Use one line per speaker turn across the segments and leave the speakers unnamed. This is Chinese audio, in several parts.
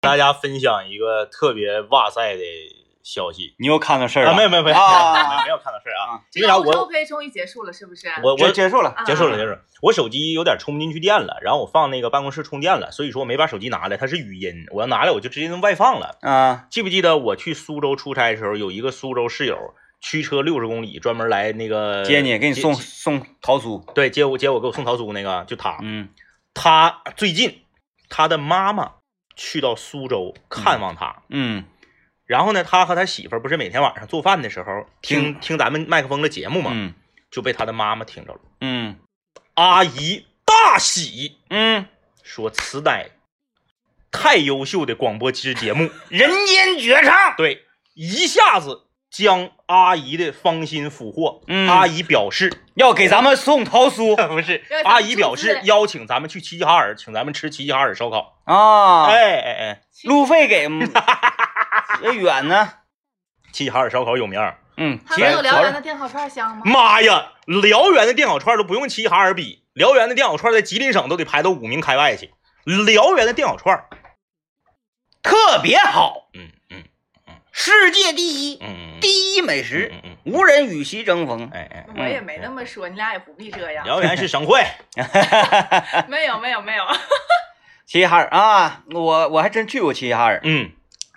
大家分享一个特别哇塞的消息
你又看到事儿
啊！
了？
没有没有 没有，
啊
没有看到事儿啊
啊！
因为啥
这个
我
OK 终于结束了，是不是？
我
这
我
结束了。
啊
结束了，结束了。我手机有点充不进去电了，然后我放那个办公室充电了，所以说我没把手机拿来，它是语音，我要拿来我就直接用外放了。
啊，
记不记得我去苏州出差的时候，有一个苏州室友驱车六十公里专门来那个
接你，给你送
接
送桃酥。
对接我接我给我送桃酥那个就他，
嗯，
他最近他的妈妈去到苏州看望他。
嗯
然后呢，他和他媳妇儿不是每天晚上做饭的时候听听咱们麦克风的节目嘛，
嗯
就被他的妈妈听着了。
嗯
阿姨大喜，
嗯，
说此乃太优秀的广播之节目，
人间绝唱。
对，一下子将阿姨的芳心俘获。
嗯
阿姨表示
要给咱们送桃 酥
不是
让，咱们
阿姨表
注
示
资
邀请咱们去齐齐哈尔，请咱们吃齐齐哈尔烧烤。
啊！
哎哎哎，
路费 给吗，这远呢。
齐齐哈尔烧烤有名儿。
嗯，
还没有
全
辽源的电烤串香吗？
妈呀，辽源的电烤串都不用齐齐哈尔比，辽源的电烤串在吉林省都得排到五名开外去。辽源的电烤串，
特别好，
嗯嗯
世界第一，
嗯，
第一美食
嗯，嗯嗯
无人与其争锋。
哎哎，
我也没那么说，你俩也不必这样。
辽源是省 会，
没有没有没有，
齐齐哈尔啊，我我还真去过齐齐哈尔。
嗯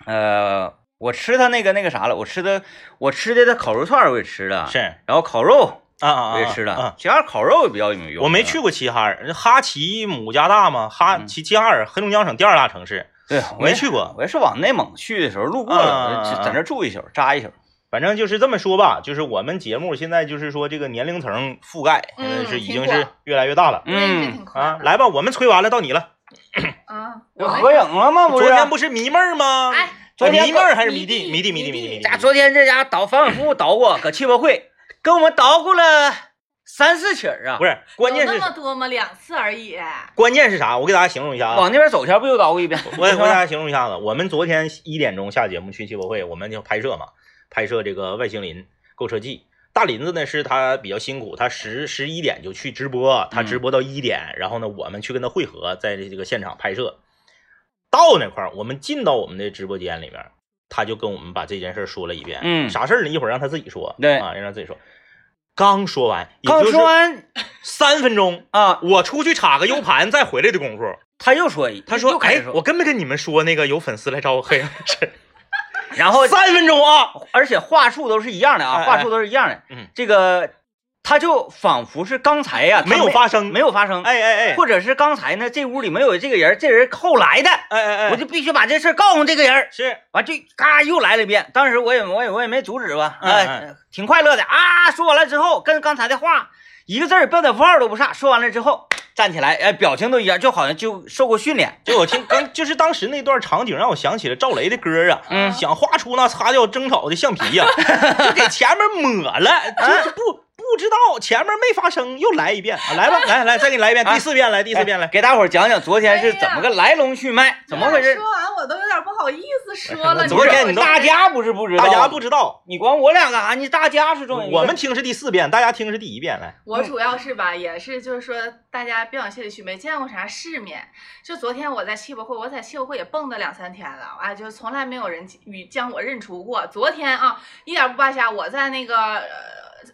呃，我吃他那个那个啥了，我吃的我吃的他烤肉串儿我也吃了，
是啊
然后烤肉
啊啊，
我也吃了
啊。，
齐齐哈尔烤肉也比较有啊名。
我没去，过齐齐哈尔，哈齐姆加大嘛，
嗯
哈齐齐哈尔黑龙江省第二大城市，
对，我
没
也
去过。
我也是往内蒙去的时候路过了，
啊
就在那儿住一宿，扎一宿。
反正就是这么说吧，就是我们节目现在就是说这个年龄层覆盖，
嗯
现在是已经是越来越大了
认识挺快
啊。
的。
来吧，我们吹完了，到你了。
嗯，我们
合影了吗？不
昨
是，啊
天不是迷妹儿吗？
哎，
昨天
迷妹儿还是迷
迷
弟？
弟
迷弟迷弟迷
迷弟
弟迷弟
家。昨天这家捣反反复复捣鼓，搁汽博会跟我们捣鼓了三四曲儿啊
不。是，关键
有
是嗯
那么多吗？两次而已。
关键是啥？我给大家形容一下啊
往，那边走前不又捣鼓一遍？
我我给大家形容一下子。我们昨天一点钟下节目去汽博会，我们就拍摄嘛，拍摄这个《外星林购车记》。大林子呢是他比较辛苦，他十十一点就去直播，他直播到一点，然后呢我们去跟他会合，在这个现场拍摄。到那块儿，我们进到我们的直播间里面，他就跟我们把这件事儿说了一遍。
嗯
啥事儿呢？一会儿让他自己说。
对
啊，让他自己说。刚说完，也
刚
就是
说完
三分钟，
啊，
我出去插个 U 盘再回来的功夫，
他又说一，
他说
又：“开
哎
始，说
我跟没跟你们说那个有粉丝来找我黑暗是
然后
三分钟啊？
而且话术都是一样的
哎
啊，
哎
话术都是一样的。
嗯，
这个他就仿佛是刚才呀、他
没有发生
没有发生，
哎哎哎，
或者是刚才呢，这屋里没有这个人，这人后来的，
哎哎哎，
我就必须把这事儿告诉这个人。
是
完就嘎又来了一遍，当时我也我也我也没阻止吧，
哎
呃，挺快乐的啊。说完了之后，跟刚才的话一个字儿标点符号都不差。说完了之后站起来，哎，表情都一样，就好像就受过训练。
就我听刚就是当时那段场景让我想起了赵雷的歌啊，
嗯
想画出那擦掉争吵的橡皮呀、就给前面抹了，
嗯
就是不不知道前面没发生，又来一遍，啊来吧，来来再给你来一遍，
哎
第四遍来，第四遍来，
给大伙儿讲讲昨天
哎
是怎么个来龙去脉，怎么回事？
说完我都有点不好意思说了。
昨天你都
大家不是不知道，
大家不知道，
你管我俩干啥？你大家是重要，
我们听是第四遍，大家听是第一遍来，
我主要是吧，也是就是说，大家别往心里去，没见过啥世面。就昨天我在汽博会，我在汽博会也蹦跶两三天了，啊，就从来没有人与将我认出过。昨天啊，一点不扒瞎，我在那个呃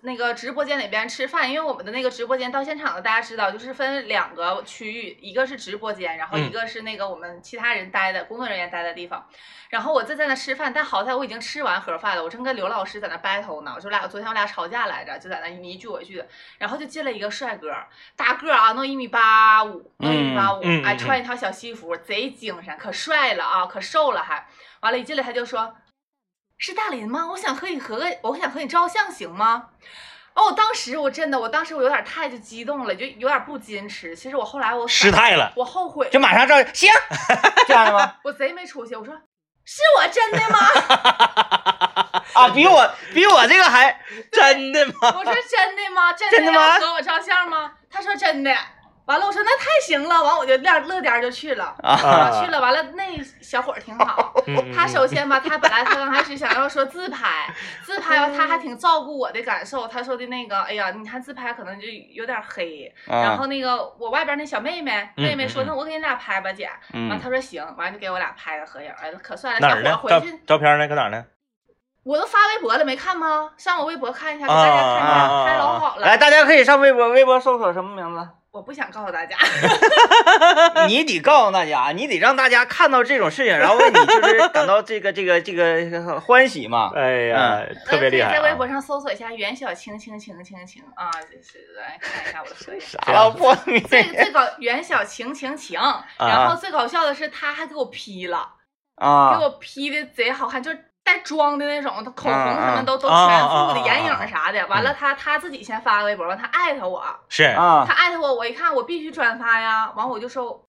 那个直播间里边吃饭，因为我们的那个直播间到现场的大家知道，就是分两个区域，一个是直播间，然后
嗯
一个是那个我们其他人待的工作人员待的地方。然后我就在那吃饭，但好在我已经吃完盒饭了，我正跟刘老师在那 battle 呢，我就俩昨天我俩吵架来着，就在那你一句我一句的，然后就进了一个帅哥，大个儿啊，弄一米八五，弄一米八五
嗯嗯，
哎，
嗯
穿一条小西服，贼精神，可帅了啊，可瘦了还。完了，一进来他就说：“是大林吗？我想和你合个，我想和你照相，行吗？”哦，我当时我真的，我当时我有点太就激动了，就有点不矜持。其实我后来我
失态 了，
我后悔，
就马上照 行，这样的吗？
我贼没出息。我说是我真的吗？
啊，比我比我这个还
真的吗？
我说真的吗？真
真的吗
要和我照相吗？他说真的。完了，我说那太行了，完我就乐乐颠儿就去了。
啊
去了，完了那小伙儿挺好，
嗯
哦他
手
首先吧，他本来他刚开始想要说自拍，自拍吧，他还挺照顾我的感受。他说的那个，哎呀，你看自拍可能就有点黑，然
啊
后那个我外边那小妹妹，
嗯
妹妹说
嗯嗯
那我给你俩拍吧，姐。完
嗯
他说行，完就给我俩拍个合影。哎，可帅了，
哪儿呢
小？伙儿
照
回去
照片呢？搁哪儿呢？
我都发微博了，没看吗？上我微博看一下，给大家看一
啊啊啊啊
下，拍老好了
来，。大家可以上微博，微博搜索什么名 字？
我不想告诉大家，
你得告诉大家，你得让大家看到这种事情，然后为你就是感到这个这个这个欢喜嘛。
哎呀，特别厉害、啊！
哎可以在微博上搜索一下袁小青青青青青啊，就是来看一下我的合影。
啥老破女
最最搞袁小晴晴晴，
啊
然后最搞笑的是他还给我 P 了，给
啊
我 P 的贼好看，就是带妆的那种，他口红
啊啊
什么都都
啊
全
啊
副
啊
的，眼
啊啊
影啥的。完了他他自己先发个微博，他艾特我，
是
啊
他艾特我，我一看我必须转发呀，完我就说。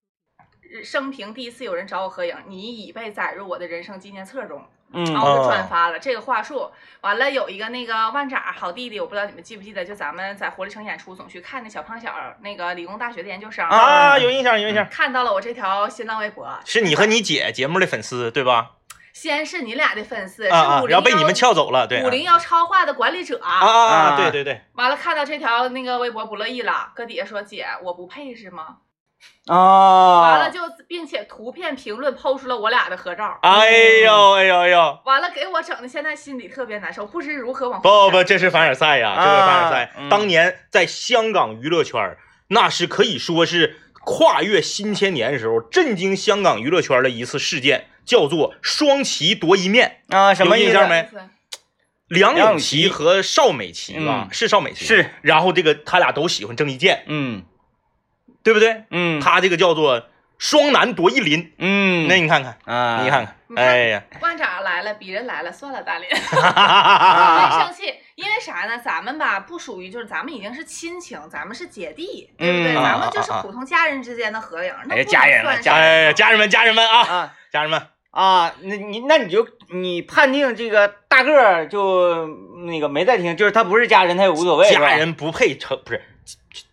生平第一次有人找我合影，你已被载入我的人生纪念册中。然
嗯
后我就
哦
转发了这个话术。完了有一个那个万展好弟弟，我不知道你们记不记得，就咱们在活力城演出总去看那小胖小儿那个理工大学的研究生
啊，有印象，有印象，
看到了我这条新浪微博，
是你和你姐节目的粉丝对吧？
先是你俩的粉丝，
啊啊
是，五零
然
幺
后被你们撬走了，对啊
五零幺超话的管理者。
啊啊
啊
啊，对对对，
完了，看到这条那个微博不乐意了，搁底下说：“姐，我不配是吗？”
啊，
完了就，并且图片评论抛出了我俩的合照。
哎呦哎呦哎呦，
完了，给我整的现在心里特别难受，不知如何往回
不
看
不，这是凡尔赛呀，这
啊
是凡尔赛。
嗯
当年在香港娱乐圈儿，那是可以说是跨越新千年的时候，震惊香港娱乐圈的一次事件，叫做双旗夺一面。
啊什么
有
意
印
思
象？没？
思
梁
梁
咏
咏
琪
琪
和邵美琪吧
嗯，
是邵美琪
是。
然后这个他俩都喜欢郑伊健，
嗯
对不对？
嗯
他这个叫做双男夺一林。
嗯，
那你看看，
啊，
你看看，
你 看
哎呀，
万长来了，鄙人来了，算了，大林，
哈哈哈 哈
没
哈！
生气，因为啥呢？咱们吧不属于，就是咱们已经是亲情，咱们是姐弟，对不对？
嗯
咱们就是
啊啊啊
普通家人之间的合影，那
哎
不
家人
能
了
算
家
啥。
哎，家人们，家人们啊，
啊
家人们，
啊，那你那你就你判定这个大个儿就那个没在听，就是他不是家人，他也无所谓，是吧
家人不配成不是，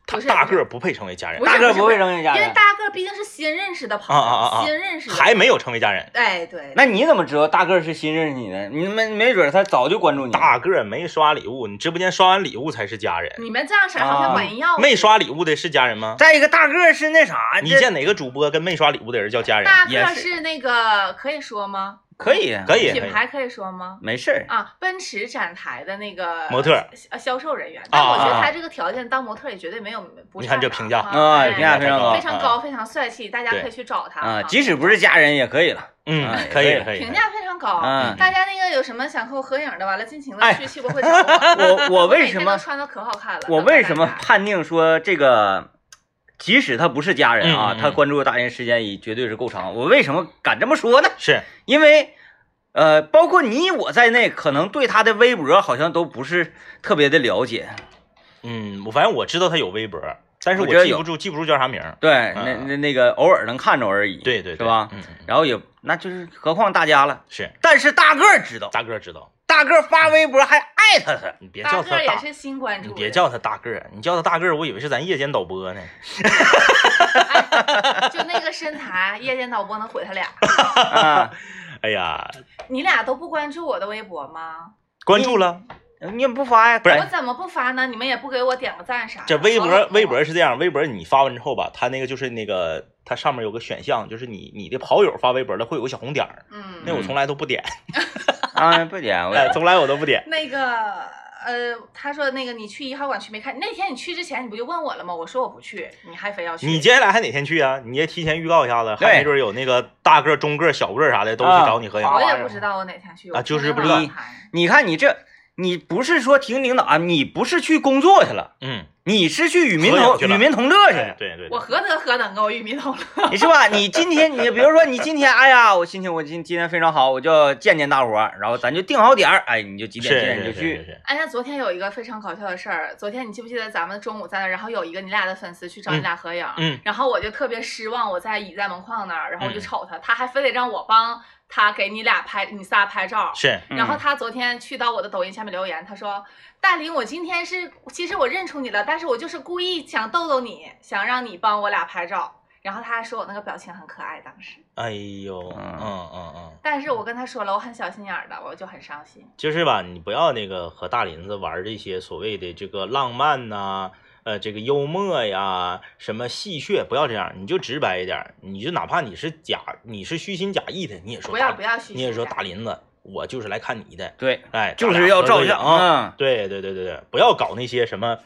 他
不是
大个儿不配成为家人
不，是
大个儿不会扔下家
因为
人。
大个儿毕竟是新认识的朋
啊啊啊啊
友，新认识的，
还没有成为家人。
哎对，
那你怎么知道大个儿是新认识你的？你没没准儿他早就关注你。
大个儿没刷礼物，你直播间刷完礼物才是家人。
你们这样式儿好像管人要，
啊没刷礼物的是家人吗？
再一个大个儿是那啥，
你
这
见哪个主播跟没刷礼物的人叫家人？
大个
也
儿
是
是那个可以说吗？
可以
可以，可
品
以。
牌可以说吗？
没事儿
啊，奔驰展台的那个
模特儿
呃销售人员，但我觉
啊
得
啊
他这个条件当模特儿也绝对没有不
你看
差
这
啥
评价
啊，
哎
评价非常高
非常高，非常帅气，大家可以去找他
啊，即使不是家人也可以了。
嗯，可以可以。
评价非常高。
啊
嗯
大家那个有什么想和我合影的，完了尽情
哎
的去汽博会找 我。
我我为什
每天 都
么
穿的可好看了？
我
等着
为什么
大家
判定说这个，即使他不是家人啊
嗯嗯，嗯
他关注大人时间也绝对是够长。我为什么敢这么说呢？
是
因为，呃，包括你我在内，可能对他的微博好像都不是特别的了解。
嗯，我反正我知道他有微博，但是
我觉得
记
有
不住记不住叫啥名儿。
对，那那那个偶尔能看着而已。，
嗯对对，
是吧
对嗯，嗯
然后也那就是，何况大家了。
是
但是大个儿知道，
大个儿知道，
大个儿发微博还艾特他，
你别
大
叫
个
他
儿也
大，
是新关注
你
的，
别叫他大个儿，你叫他大个儿，我以为是咱夜间导播呢。
就那个身材，夜间导播能毁他俩。
啊，
哎呀，
你俩都不关注我的微博吗？
关注了，
你也不发呀？
不是
我怎么不发呢？你们也不给我点个赞啥的？
这微
好冷
博
漠
微博是这样，微博你发完之后吧，它那个就是那个它上面有个选项，就是你你的跑友发微博了会有个小红点儿，
嗯
那我从来都不点，
啊，不点 我
哎，从来我都不点。
那个呃，他说那个你去一号馆区没看？那天你去之前你不就问我了吗？我说我不去，你还非要去。
你接下来还哪天去啊？你也提前预告一下子，还没准有那个大个儿、中个儿、小个儿啥的都去找你合影
啊。
我也不知道我哪天去。我
啊就是
天天
不知道
晚上看
你看你这，你不是说听领导啊，你不是去工作去了，
嗯，
你是去与民
合影
同
去了
与民同乐去
哎
了，
对对对，
我何德何能啊！我玉米桶了。
你是吧？ 你今天你比如说你今天，哎呀，我心情我今今天非常好，我就要见见大伙儿，然后咱就定好点儿，哎，你就几
是
点几点
是
就是
是
去，
是，
哎，那昨天有一个非常搞笑的事儿。昨天你记不记得咱们中午在那儿，然后有一个你俩的粉丝去找你俩合影，
嗯嗯
然后我就特别失望，我在倚在门框那儿，然后我就
嗯
瞅他，他还非得让我帮他给你俩拍你仨拍照，
是嗯
嗯
然后他昨天去到我的抖音下面留言，他说：“大林，我今天是其实我认出你了，但是我就是故意想逗逗你，想让你帮我俩拍照。”然后他还说我那个表情很可爱，当时。
哎呦，
嗯
嗯嗯嗯，
但是我跟他说了，我很小心眼儿的，我就很伤心。
就是吧，你不要那个和大林子玩这些所谓的这个浪漫呐、呃，这个幽默呀，什么戏谑，不要这样，你就直白一点，你就哪怕你是假，你是虚心假意的，你也说
不要
大
不要虚
你也
心
说
眼儿
大林子，我就是来看你的，
对，
哎，
就是要照相
啊。
啊。
对对对对对，不要搞那些什么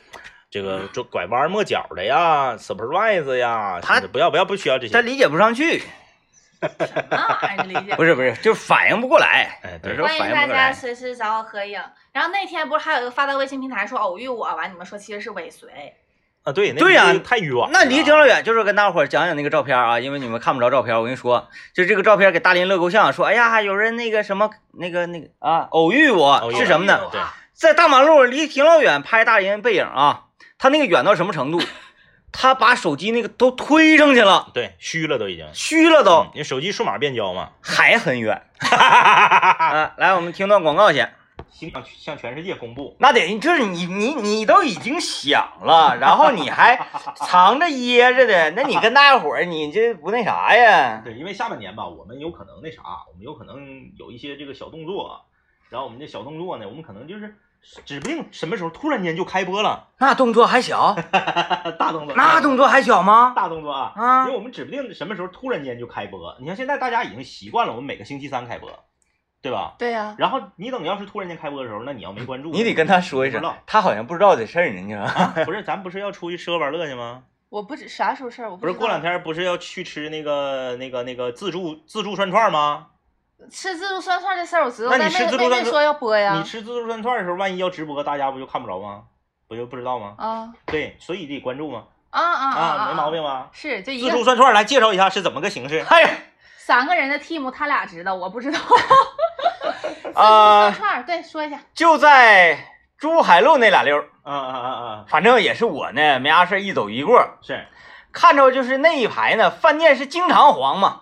这个就拐弯抹角的呀，surprise 呀，
他
什么的不要不要不需要这
嗯他
些。
理解不上去，
那玩意儿啊理解
不是不是，就是反应不过来。
哎，
有
对
时，候
欢迎
反应
大
不过
家
来。
随时找我合影。然后那天不是还有一个发到微信平台说偶遇我，完你们说其实是尾随，
啊对，那
对呀
离太远了，
那离挺老远，就是跟大伙儿讲讲那个照片啊，因为你们看不着照片。我跟你说，就这个照片给大林乐够呛，说哎呀，有人那个什么那个那个啊，偶遇我
偶遇
是什么呢？
偶遇我啊
在大马路离挺老远拍大林背影啊，他那个远到什么程 度？他把手机那个都推上去了，
对，虚了都已经。
虚了都，
嗯你手机数码变焦嘛，
还 很远。啊，来，我们听段广告去。
希望向全世界公布。
那得就是你你你都已经想了，然后你还藏着掖着的，那你跟大伙儿你这不那啥呀？
对，因为下半年吧，我们有可能那啥，我们有可能有一些这个小动作，然后我们这小动作呢，我们可能就是指不定什么时候突然间就开播了，呃
那动作还 小，
大动作，
那动作还小吗？
大动作啊，
啊
因为我们指不定什么时候突然间就开播。你看现在大家已经习惯了，我们每个星期三开播，对吧？
对呀、
然后你等要是突然间开播的时候，那你要没关注，
你得跟他说一声
不知道，
他好像不知道这事儿呢，你知道吗？
不是，咱不是要出去吃喝玩乐去吗？
我不知啥时候事儿，我
不是
知
过
道
两天不是要去吃那个那个那个自助自助涮串吗？
吃自助涮串这事儿，我知道，
那你
但
吃自助
那
涮
那
串
说要播呀
你吃自助涮串的时候，万一要直播，大家不就看不着吗？不就不知道吗？
啊
对，所以得关注吗？
啊啊
啊，没毛，病吧？
是就一
自助
个
涮串来介绍一下是怎么个形式？
哎呀
三个人的 team，他俩知道，我不 知道。
啊、
自助涮串儿对，说一下，
就在珠海路那俩溜儿，
啊啊啊啊！
反正也是我呢，没啥事儿一走一过，
是，
看着就是那一排呢，饭店是经常黄 嘛，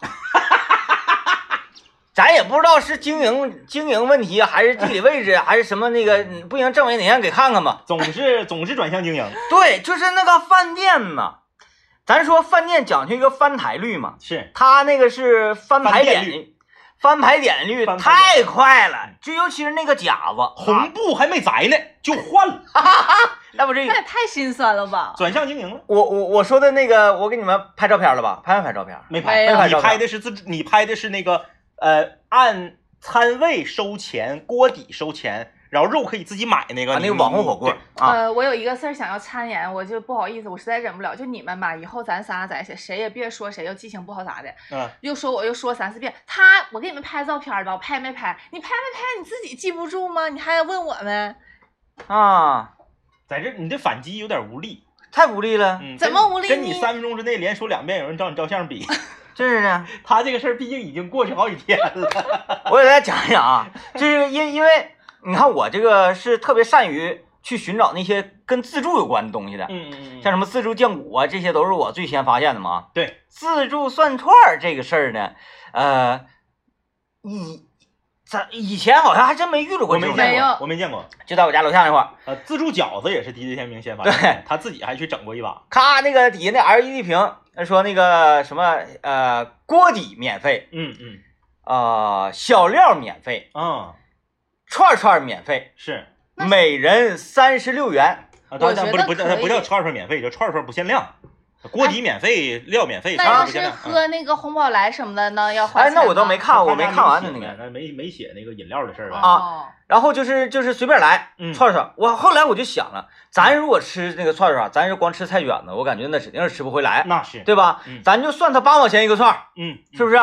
咱也不知道是经营经营问题，还是地理位置，还是什么那个，嗯不行，政委哪天给看看吧。
总是总是转向经营，
对，就是那个饭店呐，咱说饭店讲究一个翻台率嘛，
是
他那个是翻牌
翻店
点。翻牌点率
翻牌
太快了，就尤其是那个假子啊
红，布还没摘呢就换了，
那不是
那也太心酸了吧？
转向经营了。
我我我说的那个，我给你们拍照片了吧？拍没拍照片？
没
没
拍，
有
你拍的是自助，你拍的是那个呃，按餐位收钱，锅底收钱，然后肉可以自己买那个，
啊，那个
你
网红火锅
对
啊，
呃，我有一个事儿想要参演，我就不好意思，我实在忍不了。就你们吧，以后咱仨在一起，谁也别说谁又记性不好咋的，
嗯，
又说我又说三四遍。他，我给你们拍照片吧，我拍没拍？你拍没拍？你自己记不住吗？你还问我们？
啊，
在这你这反击有点无力，
太无力了，
嗯，
怎么无力
跟你
呢
三分钟之内连说两遍有人找你照相比，
真是的。
他这个事儿毕竟已经过去好几天了，
我给大家讲一讲啊， 就是因因为你看我这个是特别善于去寻找那些跟自助有关的东西的，
嗯嗯
像什么自助酱骨啊，这些都是我最先发现的嘛。
对，
自助涮串儿这个事儿呢，呃，以咱以前好像还真没遇到过
我
这
没
种
没
见
事儿，
有
过，我没见过，
就在我家楼下那块儿，
呃，自助饺子也是 DJ 天明先发现的，他自己还去整过一把，
咔那个底下那 LED 屏说那个什么呃锅底免费，
嗯嗯
啊小料免费，
啊，
串儿串儿免费，
是
那
每人三十六元。
啊，当
我觉
然不
得
是不
可
叫
以哎
不叫串串免费，叫串串不限量，锅底免费，料免费，
那
串
要
串不限
是
量。嗯
喝那个红宝来什么的呢？要花
哎，
钱
那我倒没
吗哦
看，我没
怕
看完呢那
没写
个。
呢没没写那个饮料的事儿吧？
啊然后就是就是随便来
嗯
串串，我后来我就想了，咱如果吃那个串串，咱是光吃菜卷子，我感觉那指定是吃不回来，
那是，
对吧
嗯？
咱就算它八毛钱一个串儿，
嗯，
是不是？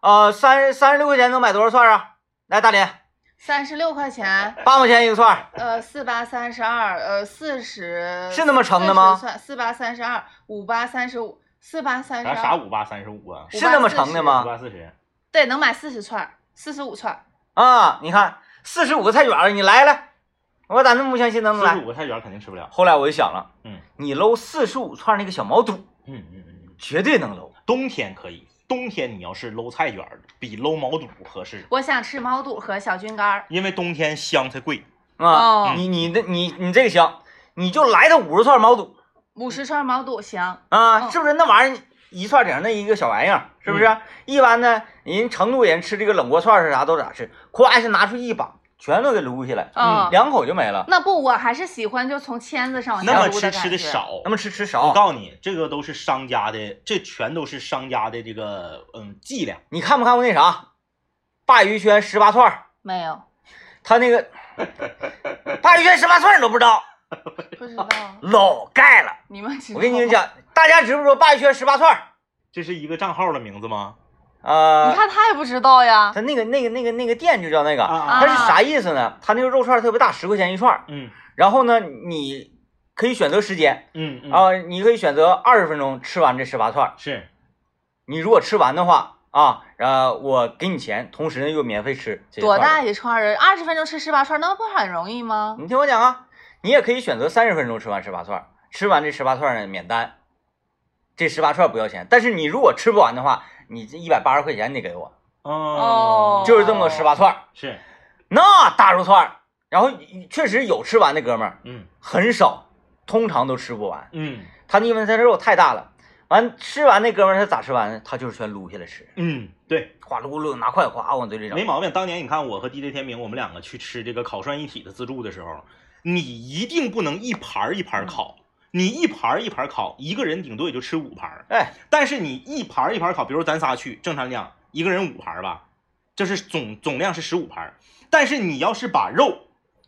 呃，三三十六块钱能买多少串儿啊？来，大连
三十六块钱，
八毛钱一个串儿，
呃，四八三十二，呃，四十
是那么乘的吗
算四八三十二，五八三十五，四八三
啥
十
啥
二，
五八三十五啊，
是那么乘的
五
吗？
八四十，
对，能买四十串，四十五串。
啊，你看四十五个菜卷儿，你来来，我咋那么不相信能
四十
来？
五个菜卷肯定吃不了。
后来我就想了，
嗯
你搂四十五串那个小毛肚，
嗯嗯嗯，
绝对能搂。
冬天可以，冬天你要是搂菜卷儿，比搂毛肚合适，
我想吃毛肚和小菌干儿。
因为冬天香菜贵。
啊
哦，
你你的你你这个行，你就来它五十串毛肚
五十串毛肚行，
啊，
嗯
是不是？那玩意儿一串顶那一个小玩意儿，是不是？一般呢，人成都人吃这个冷锅串是啥都咋吃，夸一下拿出一把，全都给撸下来，
嗯
两口就没了。
那不，我还是喜欢就从签子上往
那
下
么
撸
吃
感
哦吃的
觉。
少
那，么吃吃
我
少，
告诉你，这个都是商家的，这全都是商家的这个嗯伎俩。
你看没看过那啥，鲅鱼圈十八串儿？
没有，
他那个鲅鱼圈十八串儿你都不知道，
不知道。
老盖了。
你们知道
我跟你们
吗，
讲，大家知不知道鲅鱼圈十八串儿？
这是一个账号的名字吗？
啊、
你看他也不知道呀。
他那个那个那个那个店就叫那个，
啊
它是啥意思呢？它那个肉串儿特别大，十块钱一串儿。
嗯
然后呢，你可以选择时间
嗯嗯，
啊，你可以选择二十分钟吃完这十八串儿。
是
你如果吃完的话啊，呃，我给你钱，同时呢又免费吃。
多大？一串儿啊？二十分钟吃十八串儿，那不很容易吗？
你听我讲啊，你也可以选择三十分钟吃完十八串儿，吃完这十八串儿呢免单，这十八串儿不要钱。但是你如果吃不完的话，你这一百八十块钱你得给我，
哦
哦
就是这么个十八串儿。
是
那大肉串儿，然后确实有吃完的哥们儿
嗯
很少，通常都吃不完。
嗯
他因为他这肉太大了，完吃完那哥们儿他咋吃完呢？他就是全撸下来吃，
嗯，对，
哗噜噜拿筷子哗往嘴里整
没。毛病。当年你看我和 DJ 天明，我们两个去吃这个烤涮一体的自助的时候，你一定不能一盘儿一盘儿烤。你一盘儿一盘儿烤，一个人顶多也就吃五盘儿。
哎，
但是你一盘儿一盘儿烤，比如咱仨去，正常讲一个人五盘儿吧，这是总总量是十五盘儿。但是你要是把肉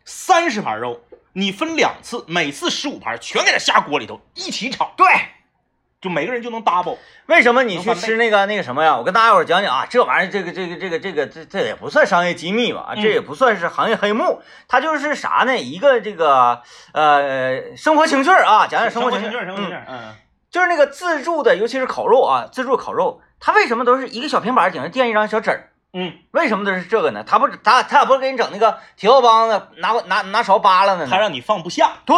三十盘肉，你分两次，每次十五盘，全给它下锅里头一起炒，
对，
就每个人就能 double。
为什么你
能
去
翻倍
吃那个那个什么呀？我跟大家伙儿讲讲啊，这玩意儿这个这个这个这个这这也不算商业机密吧，啊
嗯
这也不算是行业黑幕，它就是啥呢？一个这个呃生活情趣儿啊，讲讲
哎生
活
情
趣儿，
生活情趣
嗯，
儿，嗯，
就是那个自助的，尤其是烤肉啊，自助烤肉，它为什么都是一个小平板儿顶上垫一张小纸儿？
嗯，
为什么都是这个呢？他不他他咋不给你整那个铁锅帮子拿拿拿勺扒拉呢？
他让你放不下，
对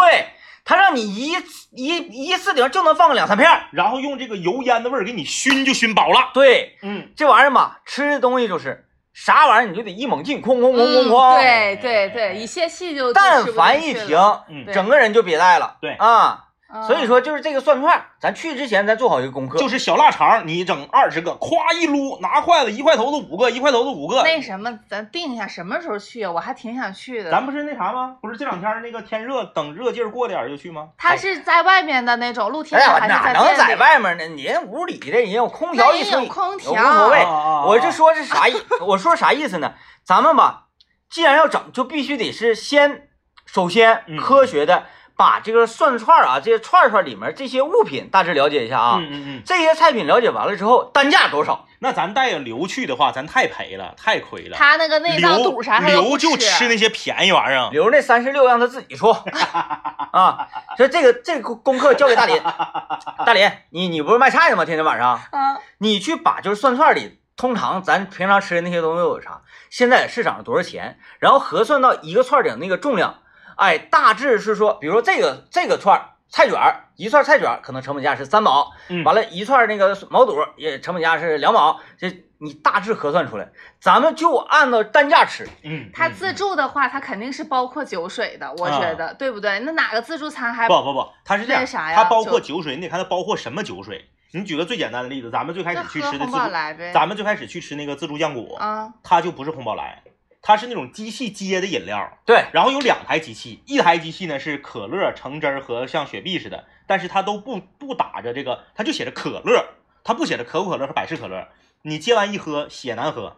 他让你一次一一次顶就能放个两三片儿。
然后用这个油烟的味儿给你熏，就熏饱了。
对，
嗯，
这玩意儿嘛，吃的东西就是啥玩意儿你就得一猛进，哐哐哐哐
嗯
哐。，
哎
对对
哎
对，一泄气就
但凡一
停，
停，
嗯
对
整个人就瘪带了。
对
啊，
嗯
所以说就是这个涮串儿，咱去之前咱做好一个功课。
就是小腊肠，你整二十个，咵一撸，拿筷子一块头子五个，一块头子五个。
那什么，咱定一下什么时候去啊？我还挺想去的。
咱不是那啥吗？不是这两天那个天热，等热劲儿过点儿就去吗？
他是在外面的那种露天
哎
的，
呀，
还
哪
是
能
在
在
店里？
外面呢？你人屋里的人有空
那
调一
也
吹，
有空调
无所谓。
啊
我这说是啥意？ 我说啥意思呢？咱们吧，既然要整，就必须得是先，首先
嗯
科学的把这个涮串儿啊，这些串串里面这些物品大致了解一下啊。
嗯嗯嗯，
这些菜品了解完了之后，单价多少？
那咱带着刘去的话，咱太赔了，太亏了。
他那个内脏
刘
肚啥他都
刘
不啊
就吃那些便宜玩意儿。
留那三十六让他自己说啊。所以这个这个功课交给大林， 大林，你你不是卖菜的吗？天天晚上
啊，
你去把就是涮串里，通常咱平常吃的那些东西都有啥，现在市场上多少钱，然后核算到一个串儿顶那个重量，哎，大致是说，比如说这个这个串儿菜卷儿，一串菜卷儿可能成本价是三毛，
嗯
完了，一串那个毛肚也成本价是两毛，这你大致核算出来，咱们就按照单价吃，
嗯，
他
嗯
自
嗯
助的话，他肯定是包括酒水的，我觉得对不对？那哪个自助餐还
不不不，它是这样，
那啥呀
它包括酒水，你得看它包括什么酒水。你举个最简单的例子，咱们最开
就
始去
喝
吃的
红
自
宝
助，
来呗？
咱们最开始去吃那个自助酱骨，
啊，
它就不是红宝来，它是那种机器接的饮料。
对，
然后有两台机器，一台机器呢是可乐、橙汁儿和像雪碧似的，但是它都不不打着这个，它就写着可乐，它不写着可口可乐和百事可乐。你接完一喝，血难喝。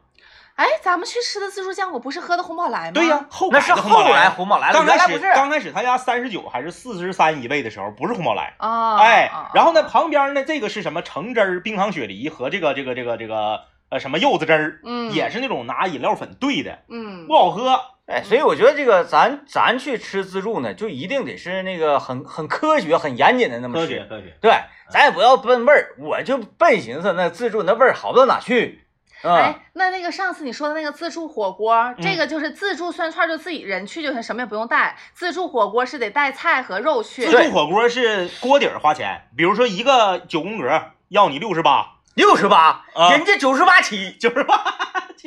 哎，咱们去吃的自助酱，我不是喝的红宝来吗？
对呀、后
啊那
改
是
的红宝
后来
来。
红宝来了，
刚
原
开
来不
始
是，
刚开始他家三十九还是四十三一位的时候，不是红宝来。
啊，
哎
啊，
然后呢，旁边呢，这个是什么橙汁儿、冰糖雪梨和这个这个这个这个呃什么柚子汁儿，
嗯
也是那种拿饮料粉兑的，
嗯
不，好喝。
哎，所以我觉得这个咱咱去吃自助呢，就一定得是那个很很科学、很严谨的那么
科
吃，
学科学，
对，咱也不要奔味儿，我就笨寻思那自助那味儿好不到哪去，嗯，
哎，那那个上次你说的那个自助火锅，
嗯
这个就是自助涮串，就自己人去就行，什么也不用带。自助火锅是得带菜和肉去
自。助火锅是锅底儿花钱，比如说一个九宫格要你六十八，
六十八，
啊
人家九十八起，
九十八，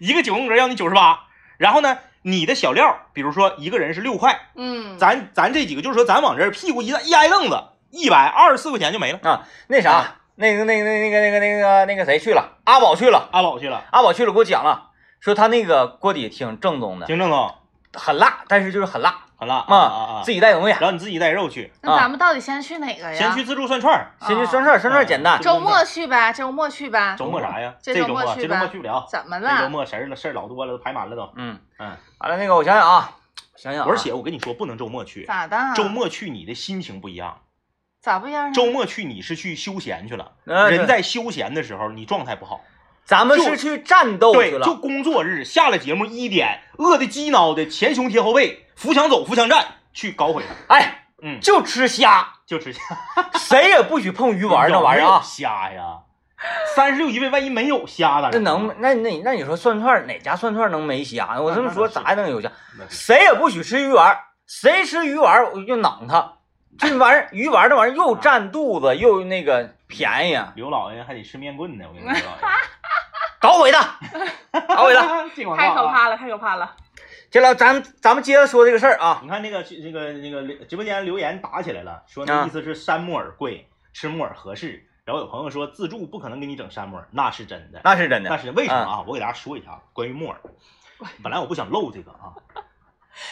一个九宫格要你九十八，然后呢，你的小料，比如说一个人是六块，
嗯，
咱咱这几个就是说咱往这儿屁股一搭一挨凳子，一百二十四块钱就没了。
那啥，
啊
那个那个那个那个那个那个那个谁去了？阿宝去了，
阿宝啊去了，
阿宝去了，给我讲了，说他那个锅底挺正
嗯
宗的，
听郑总，
很辣，但是就是很辣
好了啊啊
啊
啊，，
自己带东西，
然后你自己带肉去，
那咱们到底先去哪哎个呀？
啊先去自助涮串儿，
先去
啊
涮串，涮串简单
啊，
周末去呗，周末去呗。
周末啥呀？
这
这
周
周
末
末啊
去
这周
吧
末去不了，
怎么
这周
了？
末事儿了事儿老多了，都排满了都。
嗯，
嗯，
完了那个我想想啊，想想啊，
而且我跟你说，不能周末去，
嗯咋的？
周末去你的心情不一样，
咋不一样呢？
周末去你是去休闲去了，
呃
人在休闲的时候你状态不好。
咱们
就是
去战斗去
对，就
了，
工作日下了节目一点，饿得鸡挠的，前胸贴后背，扶墙走，扶墙站，去搞毁他。
哎，
嗯，
就吃虾，
就吃虾
谁也不许碰鱼丸那玩意儿
有没有
啊。
虾呀，三十六一位，万一没有虾咋
那
整啊？
能那那那你说涮串儿哪家涮串儿能没虾？啊我这么
那那
说
是
咋还能有虾？
那是
谁也不许吃鱼丸儿，谁吃鱼丸儿我就攮他。这玩意儿鱼丸儿这玩意儿又占肚子又那个便宜，啊
刘老爷还得吃面棍呢，我跟你 说。
搞毁 他，搞毁他。
这广告啊
太可！怕了，太可怕了。
接下来咱咱们接着说这个事儿啊，
你看那个那个那个直播间留言打起来了，说那
啊
意思是山木耳贵，吃木耳合适。然后有朋友说自助不可能给你整山木耳，那是真的。
那是真
但
的。
是为什么啊？我给大家说一下啊 关于木耳。本来我不想漏这个啊，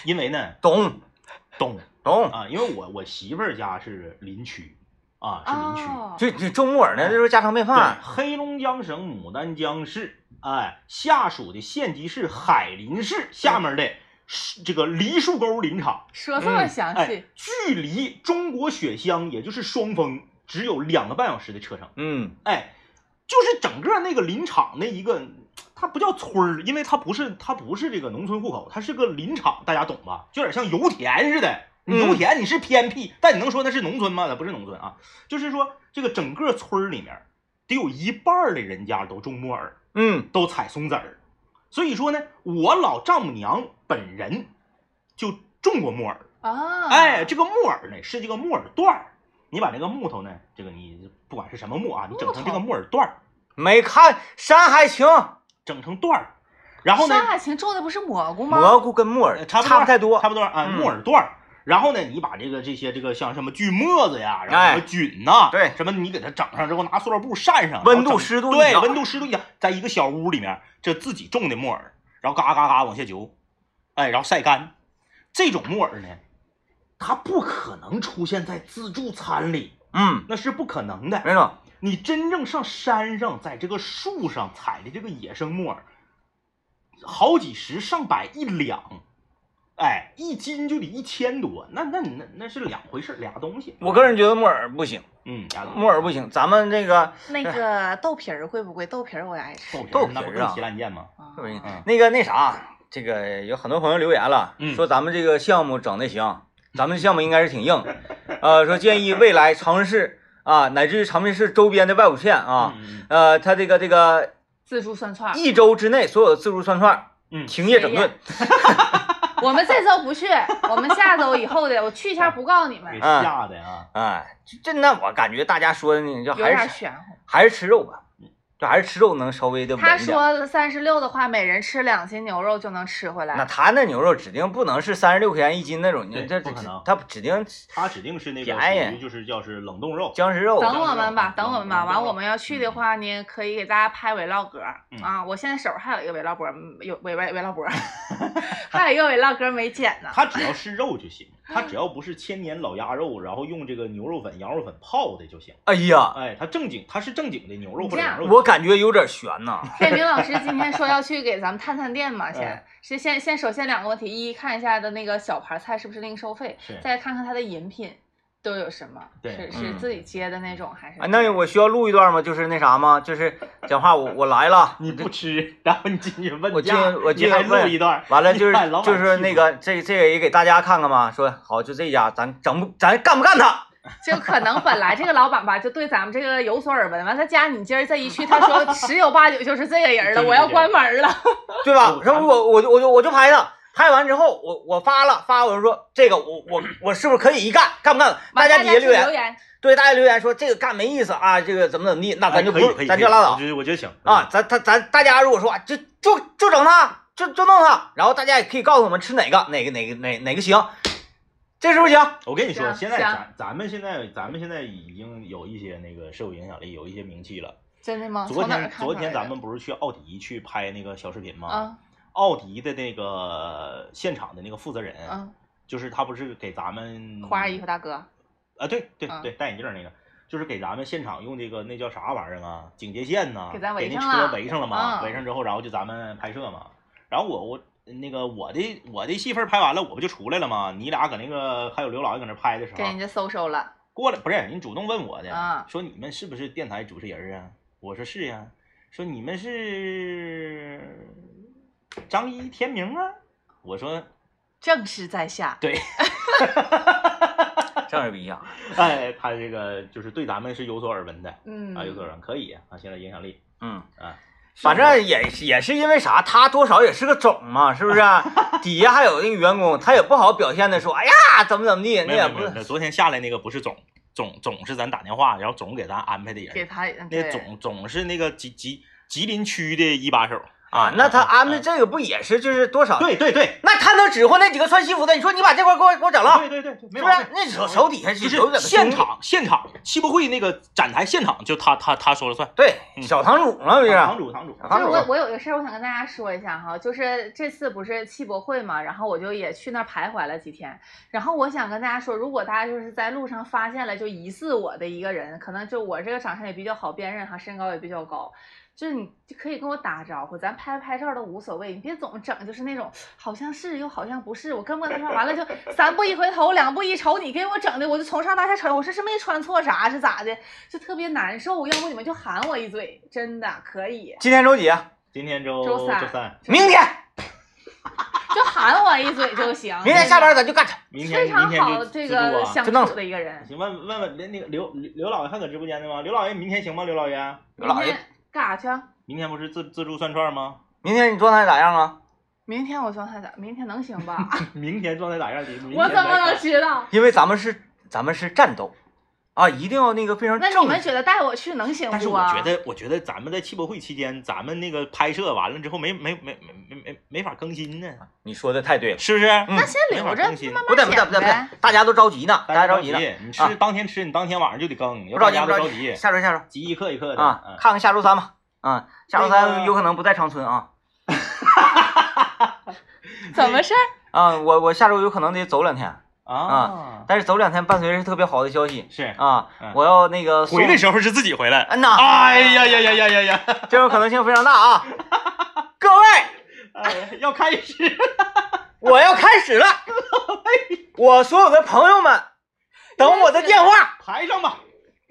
因为呢，
懂
懂
懂，
啊，因为我我媳妇儿家是林区啊，是林区。
哦，
这这中木耳呢，这就是家常便饭
对，黑龙江省牡丹江市，哎，下属的县级市海林市下面的是这个梨树沟林场，
说这么详
哎
细，，
距离中国雪乡也就是双峰只有两个半小时的车程，
嗯，
哎，就是整个那个林场的一个，它不叫村儿，因为它不是它不是这个农村户口，它是个林场，大家懂吧？就有点像油田似的。你油
嗯
田你是偏僻，但你能说那是农村吗？那不是农村啊，就是说这个整个村儿里面得有一半儿的人家都种木耳，
嗯
都采松子儿，所以说呢，我老丈母娘本人就种过木耳，
啊，
哎，这个木耳呢是这个木耳段儿，你把这个木头呢，这个你不管是什么木啊，你整成这个木耳段儿，
没看《山海情》，
整成段儿，然后呢，
山海情种的不是蘑菇吗？
蘑菇跟木耳
呃差不
差不太
差
多，
不多啊，
嗯
木耳段儿。然后呢，你把这个这些这个像什么锯末子呀，然后
哎
什么菌呐、
对
什么你给它整上之后，拿塑料布扇上，
温
然后
度
整
湿度一
对，
样
温度湿度一样，在一个小屋里面，这自己种的木耳，然后嘎嘎嘎往下揪，哎，然后晒干。这种木耳呢，它不可能出现在自助餐里，
嗯，
那是不可能的。
没错，
你真正上山上，在这个树上采的这个野生木耳，好几十上百一两，哎，一斤就得一千多，那那那那是两回事，俩东西。
我个人觉得木耳不行，
嗯，俩东西
木耳不行，咱们这个
那个豆皮儿贵不贵？豆皮儿我也爱吃。
豆皮
豆
儿
皮
那不
儿
更
啊
稀烂贱吗？
啊
不行
嗯
那个那啥，这个有很多朋友留言了，
嗯
说咱们这个项目整的行，咱们项目应该是挺硬， 呃，说建议未来长春市啊，乃至于长春市周边的外五县啊，
嗯，
呃，它这个这个
自助涮串儿，
一周之内所有的自助涮串
嗯
停业整顿，
我们这周不去，我们下周以后的，我去前不告诉你
嗯给
们，
吓的啊！
哎，这这那我感觉大家说的呢，就
有
还是
点玄乎。
还是吃肉吧，就还是吃肉能稍微的稳
他
一点。
说三十六的话，每人吃两斤牛肉就能吃回
那
来。
他那牛肉指定不能是三十六块钱一斤那种，你
对
这
不可能
他指定
它指定是那个
便
属
宜
于就是叫是冷冻肉，
僵尸肉。
等我们吧
嗯，
等我们吧。
嗯
完，我们要去的话呢，可以给大家拍 vlog
嗯
啊。我现在手上还有一个 vlog，嗯有 v v vlog，还有一个 vlog 没剪 呢。
它只要是肉就行，它只要不是千年老鸭肉，然后用这个牛肉粉、羊肉粉泡的就行。
哎呀，
哎，它正经，它是正经的牛肉或
这
者
样
羊肉。
我感觉有点悬呐。
天明老师今天说要去给咱们探探店嘛，先
嗯
哎
是先先首先两个问题，一看一下的那个小盘菜是不是另收费
是，
再看看它的饮品都有什么，
对
是是
嗯
自己接的那种还是？
啊，那我需要录一段吗？就是那啥吗？就是讲话我我来了，
你不吃，然后你进去问
我进
价，
我进
你还录
问
一段，
完 了就是
你把老板
就是那个这这个也给大家看看嘛。说好就这家，咱整不咱干不干他？
就可能本来这个老板吧，就对咱们这个有所耳闻，完他加你今儿这一去，他 说十有八九就是这个人
就是
了，
这
我要
个
关门了。
对吧？
嗯
然后我我就我就我就拍他，拍完之后，我我发了发，我就说这个我我我是不是可以一干？干不干？大
马上
家
大
底下
去
留言，
言，
对大家留言说这个干没意思啊，这个怎么怎么地，那咱就
哎可
不
以可以，
咱
可以
就拉倒
我觉得我觉得行
啊，，咱咱咱大家如果说啊，就就就整他，就就弄他，然后大家也可以告诉我们吃哪个哪个哪个哪哪个行，这是不是行？
我跟你说，
行
现在
行
咱咱们现在咱们现在已经有一些那个社会影响力，有一些名气了。
真的吗？
昨
啊从哪儿
天
看
昨
出
天
来的
咱们不是去奥迪去拍那个小视频吗？
啊
奥迪的那个现场的那个负责人，
嗯，
就是他不是给咱们
花儿衣服大哥，
啊，对对
啊
对，戴眼镜那个，就是给咱们现场用这个那叫啥玩意儿啊，警戒线呐，
给咱围
那
上
车
了
围上了嘛，
嗯
围上之后，然后就咱们拍摄嘛。然后我我那个我的我的戏份拍完了，我不就出来了吗？你俩搁那个还有刘老爷搁那拍的时
给
候
人，家搜收了，
过来不是你主动问我的，
啊
说你们是不是电台主持人啊？我说是呀、说你们是张一天明啊？我说
正是在下，
对，
正是不一样。
哎，他这个就是对咱们是有所耳闻的
嗯，
啊，有所耳闻可以啊，现在影响力
嗯，
啊。
反正也是也是因为啥，他多少也是个种嘛，是不是？ 底下还有那个员工，他也不好表现的说，哎呀，怎么怎么地，那
没有
也
没
不
有没有，昨天下来那个不是总总总是咱打电话，然后总给咱安排的
给
人，
他嗯
那
对
总总是那个吉吉吉林区的一把手
啊，那他安排
嗯
这个不也是就是多少？
啊对对对
那他能指挥那几个穿西服的，你说你把这块给我给我整了，
对对对对，没有
是不是？那手手底下
就
有
是
点
现场现场西博会那个展台现场就他他他说了算，
对
嗯
小堂主嘛，不是？
堂主堂主，
啊
就是
那
我
我
我有一个事儿，我想跟大家说一下哈，就是这次不是汽博会嘛，然后我就也去那儿徘徊了几天，然后我想跟大家说，如果大家就是在路上发现了就疑似我的一个人，可能就我这个长相也比较好辨认哈，身高也比较高。就是你就可以跟我打招呼，咱拍不拍照都无所谓，你别总整就是那种好像是又好像不是，我跟不跟他说，完了就三步一回头，两步一瞅，你给我整的，我就从上到下瞅，我这是没穿错啥是咋的，就特别难受，要不你们就喊我一嘴，真的可以。
今天周几啊？
今天周
周三
三，
明天，
就喊我一嘴就行。
明天下班咱就干他。
明天
非常
明天就
好，这
直播
个
啊
相
就弄
处的一个人。
行，问问问那个刘刘刘老爷还搁直播间呢吗？刘老爷明天行吗？刘老爷
刘
明
老爷
天干啥去？啊
明天不是自自助涮串吗？
明天你状态咋样啊？
明天我状态咋？明天能行吧？
明天状态咋样？你明天
我怎么
再看
能知道？
因为咱们是咱们是战斗，啊，一定要那个非常
那你
正
们觉得带我去能行
但是
不
我
啊？
觉得，我觉得咱们在汽博会期间，咱们那个拍摄完了之后没，没没没没没没法更新呢，
你说的太对了，
是不是？
那
先留
没法
着
更新
慢慢
不对不对不对不对，大家都着急呢，大家着急
急
呢，，
你
啊
吃当天吃，你当天晚上就得更，要
不
不
着
然
急
大家
不
都
着
着
急，
急，
下周下周
急一刻一刻的嗯
啊，看看下周三吧，啊，下周
那
三
个
有可能不在长春啊，
怎么事儿？
啊，我我下周有可能得走两天，
嗯
啊
啊，
但是走两天伴随着是特别好的消息
是
啊
嗯，
我要那个送
回的时候是自己回来，
嗯呐，
哎呀呀呀呀呀 呀，
这种可能性非常大啊，各位。
哎要开始，
我要开始了，我所有的朋友们，等我的电话。
排上吧，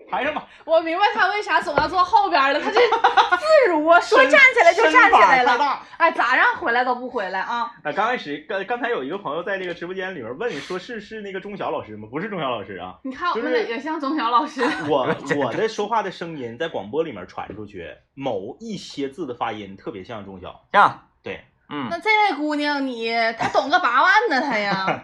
排上吧，
我明白他为啥总要坐后边了，他这自如啊，说
身
站起来就站起来
身板太
了。
大。
哎，咋让回来都不回来啊？
啊，刚开始刚刚才有一个朋友在这个直播间里面问说是是那个钟晓老师吗？不是钟晓老师啊，
你看我
就是
们也像钟晓老师，
啊
我我的说话的声音在广播里面传出去，某一些字的发音特别像钟晓。
这样，
对，
嗯，
那这位姑娘你她懂个八万呢，她呀。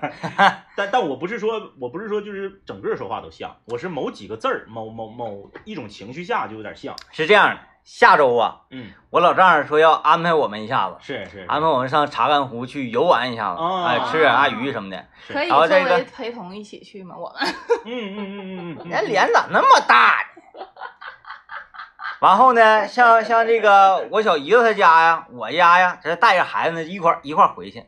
但但我不是说，我不是说就是整个说话都像，我是某几个字儿，某某某一种情绪下就有点像。
是这样的，下周啊，
嗯，
我老丈人说要安排我们一下子，
是是，
安排我们上查干湖去游玩一下子，
哦
哎，吃点啥鱼什么的。
是
可以
然
作
后这
为
个
陪同一起去吗？我们
嗯嗯嗯嗯嗯，
人脸咋那么大呢？ 然后呢，像像这个我小姨子她家呀，我家呀，这带着孩子呢一块儿一块儿回去。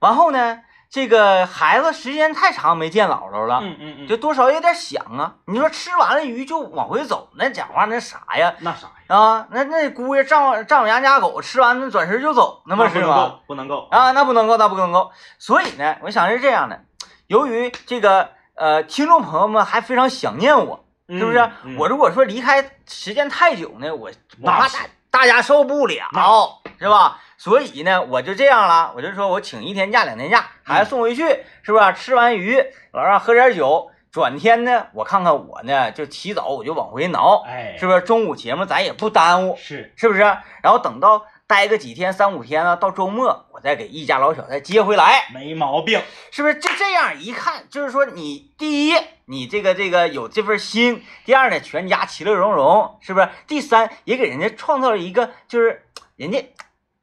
然后呢，这个孩子时间太长没见姥姥了，
嗯嗯嗯，
就多少有点想啊。你说吃完了鱼就往回走，那讲话那啥呀
那啥呀，
啊，那那姑爷丈丈母娘家狗吃完那转身就走，那
那
么
啊不
是
能
吧？
够，不能够，
啊，那不能够，那不能够。所以呢，我想是这样的，由于这个呃听众朋友们还非常想念我，
嗯
是不是？
嗯
我如果说离开时间太久呢，我我
那
怕
是
大大家受不了
那，
是吧？所以呢，我就这样了，我就说我请一天假、两天假，
嗯
孩子送回去，是不是？吃完鱼，晚上喝点酒，转天呢，我看看我呢，就起早我就往回挠，
哎，
是不是？中午节目咱也不耽误，
是
是不是？然后等到待个几天、三五天啊，到周末我再给一家老小再接回来，
没毛病。
是不是？就这样一看，就是说你第一，你这个这个有这份心；第二呢，全家其乐融融，是不是？第三，也给人家创造了一个，就是人家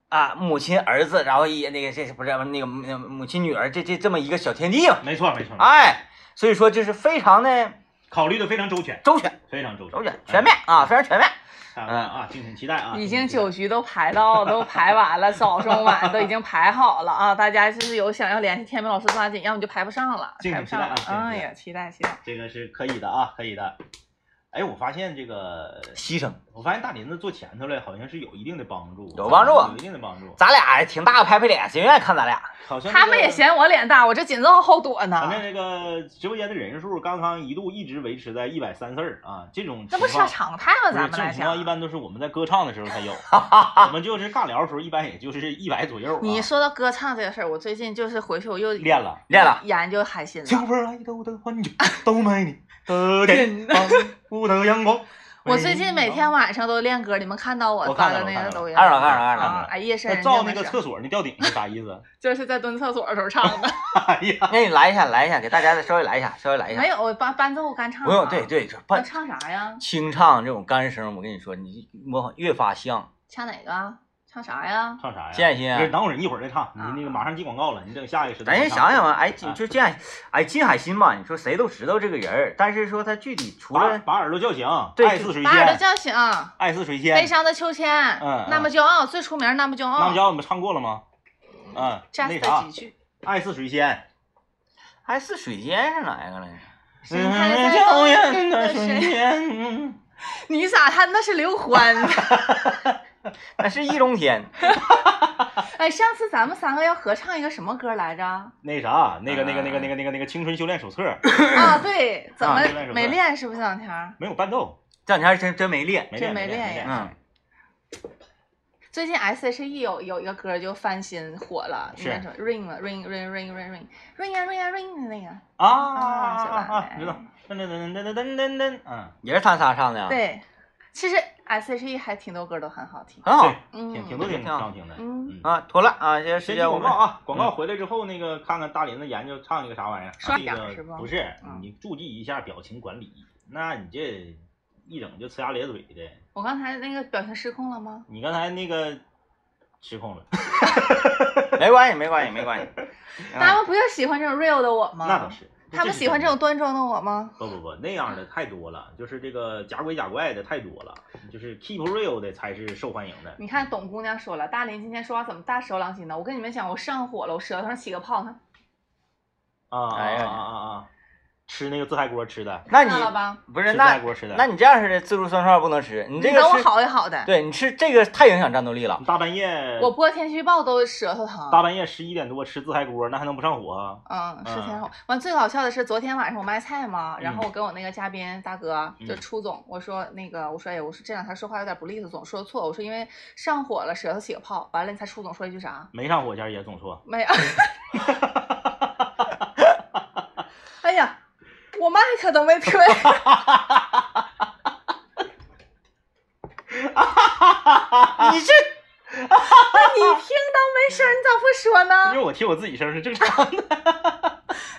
啊，母亲儿子，然后也那个这不是那个母母亲女儿，这这这么一个小天地嘛，
没错没错，
哎，所以说就是非常的
考虑的非常周全，
周全、
非常周
周全
全、、
全面啊，非常全面。
啊啊，敬请期待啊！
已经
敬请期待
酒局都排到都排完了，早中晚都已经排好了啊！大家就是有想要联系天明老师抓紧，要么就排不上了，
敬
排
请
不上了。
期待啊
哎
敬请期待
呀，期待期待！
这个是可以的啊，可以的。哎，我发现这个，
牺牲，
我发现大林子坐前头了，好像是有一定的帮助，
有帮助啊
有一定的帮助。
咱俩挺大个拍拍脸，谁愿意看咱俩？
好像这个
他们也，嫌我脸大，我这紧着往后躲
反正
呢，
这个直播间的人数刚刚一度一直维持在一百三四儿啊，这种
这不
情
是
况
常态吗？
不是这
咱们
种
来
情况一
讲。
般都是我们在歌唱的时候才有，我们就是尬聊的时候一般也就是一百左右、啊。
你说到歌唱这个事儿，我最近就是回去我又
练了。
练了，
研究海心
秋
了。
风来到的欢聚，都没你的脸，仿佛的阳光。
我最近每天晚上都练歌，你们看到我
我
发
看到
的
了
那个
我看到了
抖音
看着了
吗？
看着了看着
看
了。
到
啊
了，
哎，夜深
那
人
照
静
那
的
个
时候，
厕所那吊顶是啥意思？
就是在蹲厕所的时候唱 的。
哎呀，
那你来一下，来一下，给大家再稍微来一下，稍
哎
微来一下
没。有，我伴伴奏干唱。
不用，对，对，这
那
伴
唱啥呀？
清唱这种干声，我跟你说，你模仿越发像。
唱哪个？啊唱啥呀？
唱啥呀？
谢谢
不是等会儿一会儿再唱，
啊
你那个马上进广告了，你等下一个时
咱
段
先
再唱。
想想吧，哎，
哎
就就这样，哎，金海心吧，你说谁都知道这个人儿，但是说他具体除
把
了
把耳朵叫醒，
对
爱似水
把耳朵
仙，
叫醒，
爱似水
悲
仙。
伤的秋千，
嗯
那么骄傲最出名，那么骄
那
傲
不，叫我们唱过了吗？嗯，那
just
啥
几，句。
爱似水仙。
还是水仙是哪一个来
谁还在
嗯
等
眼的
那
瞬
谁？
间。嗯
你咋他那是刘欢？
着？ 那是易中天。
哎，上次咱们三个要合唱一个什么歌来着？
那啥，那个那个那个那个那个那个青春修炼手册
啊， 对，怎么
啊另外一首歌
没练？是不是这两天？
没有伴奏，
这两天真真没练，
没
真
练
没
练
练呀
嗯，
最近 S H E 有有一个歌就翻新火了，
是
那什么 Ring 了 Ring Ring Ring Ring Ring Ring 呀 Ring 呀 Ring 的那个，
啊
啊是吧
啊啊！知道，噔噔噔噔噔噔噔噔，嗯，
也是他仨唱的啊，，
对，其实 S H E 还挺多歌都很好听，
很好
对
嗯，
啊挺挺多挺
哦挺好
挺好听的，
嗯
啊。妥了啊，这时
先进
间我
广告
们
啊，广告回来之后，那个看看大林子研究唱一个啥玩意儿，
刷
这
点
个
是吧
不是
嗯，
你注意一下表情管理。那你这一整就呲牙咧嘴的，
我刚才那个表情失控了吗？
你刚才那个失控了，
没关系，没关系，没 关系。
他
嗯
们不就喜欢这种 real 的我吗？
那倒是。
啊他们喜欢这种端庄的我吗？
不不不那样的太多了，就是这个假鬼假怪的太多了，就是 keep real 的才是受欢迎的。
你看董姑娘说了，大林今天说话怎么大手狼心呢？我跟你们讲，我上火了，我舌头上起个泡，呢，
啊啊
哎呀
啊啊啊！吃那个自嗨锅吃的，
那
看到了
你
吧？
不
吃
是
自嗨
那
锅吃的，
那你这样式的自助酸串不能吃，你这个
等我
是
好也好的，
对你吃这个太影响战斗力了
你。大半夜
我播天气预报都舌头疼。
大半夜十一点多吃自嗨锅，那还能不上火啊？
嗯，是天
嗯
后。完，最搞笑的是昨天晚上我卖菜嘛，然后
嗯
我跟我那个嘉宾大哥，就
嗯
初总，我说那个，我说哎，我说这两天说话有点不利索，总说错，我说因为上火了，舌头起个泡。完了，你猜初总说一句啥？
没上火前也总说，
没有。 哎呀，我麦克都没推。
你这
你听到没声儿，你咋不说
因
呢？
为我听我自己声是正常的，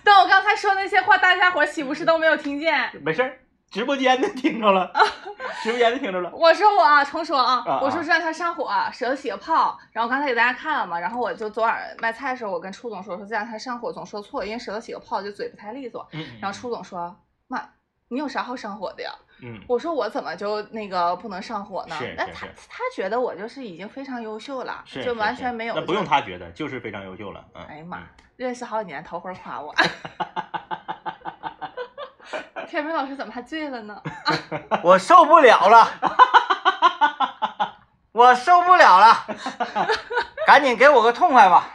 但我刚才说那些话，大家伙儿岂不是都没有听见？
没事儿，直播间的听着 了，直播间的听着了。
我说我啊，重说啊，
啊啊
我说这两天上火、舌头起个泡，然后刚才给大家看了嘛，然后我就昨晚卖菜的时候，我跟初总说，说这两天上火总说错，因为舌头起个泡就嘴不太利索。
嗯
然后初总说，妈，你有啥好上火的呀？
嗯，
我说我怎么就那个不能上火呢
是？
那
是
他
是
他觉得我就是已经非常优秀了，
是
就是完
是
全没有，
那不用。他觉得，就是非常优秀了。嗯，
哎呀妈
嗯，，
认识好几年，头回夸我。 天明老师怎么还醉了呢？
我受不了了，我受不了了，赶紧给我个痛快吧！。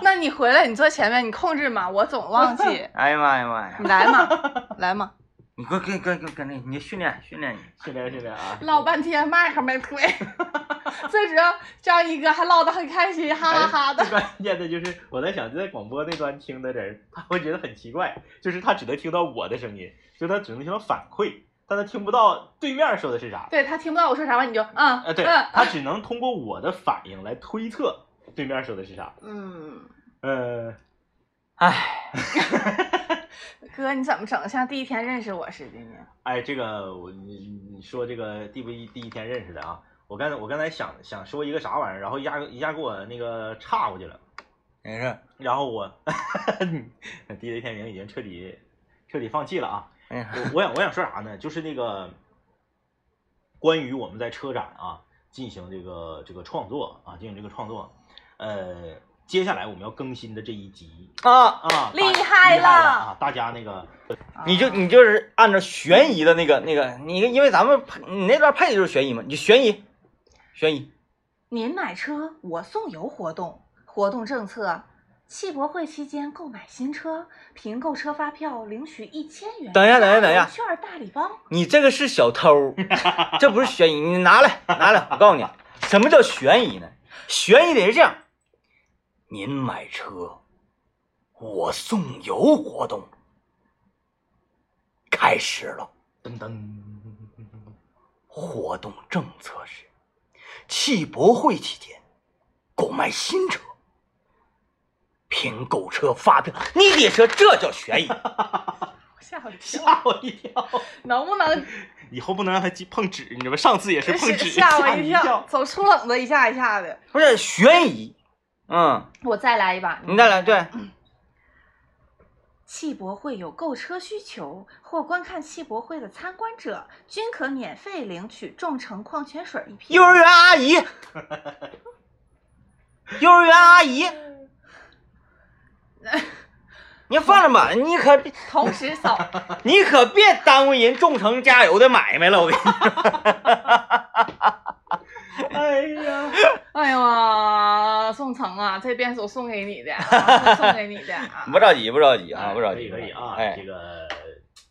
那你回来，你坐前面，你控制嘛，我总忘记
哎呀妈呀妈呀
你！来嘛，来嘛，
你给我给给给给那，你训练训练你。
训练训练啊。
唠半天麦克没推， 最主要张一哥还唠得很开心，哈哈哈的
最。关键的就是，我在想，在广播那端听的人，他会觉得很奇怪，就是他只能听到我的声音，就他只能听到反馈，但他听不到对面说的是啥。
对他听不到我说啥吧，你就嗯
呃，对
嗯，
他只能通过我的反应来推测，对面说的是啥？
嗯，
嗯，
哎，
哥，你怎么整的像第一天认识我似的呢？
哎，这个我你你说这个第不一第一天认识的啊？我刚才我刚才想想说一个啥玩意儿，然后一下一下给我那个岔过去了。
没事儿
然后我 DJ 天明已经彻底彻底放弃了啊！
没事儿，
我我想我想说啥呢？就是那个关于我们在车展啊进行这个这个创作啊进行这个创作，呃，接下来我们要更新的这一集
啊，
啊，大
厉害
害
了
啊！大家那个
你
啊
就你就是按照悬疑的那个那个，你因为咱们配你那段配的就是悬疑嘛，你就悬疑，悬疑，
您买车我送油活动，活动政策：汽博会期间购买新车，凭购车发票领取一千元。
等一下等一下等一下
券大礼包。
你这个是小偷，这不是悬疑，你拿来拿来，我告诉你，什么叫悬疑呢？悬疑得是这样，您买车，我送油活动开始了。
噔噔，
活动政策是，汽博会期间购买新车，凭购车发票。你得说这叫悬疑，
吓我一跳！
吓我一跳！
能不能
以后不能让他记碰纸，你知道吧？上次也是碰纸，
吓 我
一
一跳，。走出冷子一下一下的。
不是悬疑。嗯，
我再来一把。
你再来，对，
汽博会有购车需求或观看汽博会的参观者，均可免费领取众诚矿泉水一瓶。
幼儿园阿 姨，幼儿园阿姨，你放着吧，你可别
同 时扫
你可别耽误人众诚加油的买卖了，我跟你 说，。
哎呀，
哎呀，宋城啊，这边是我送给你的，啊、送给你的啊
着急，不着急
啊
哎
哎可以可以啊，这个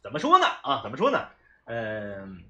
怎么说呢？啊，怎么说呢？嗯，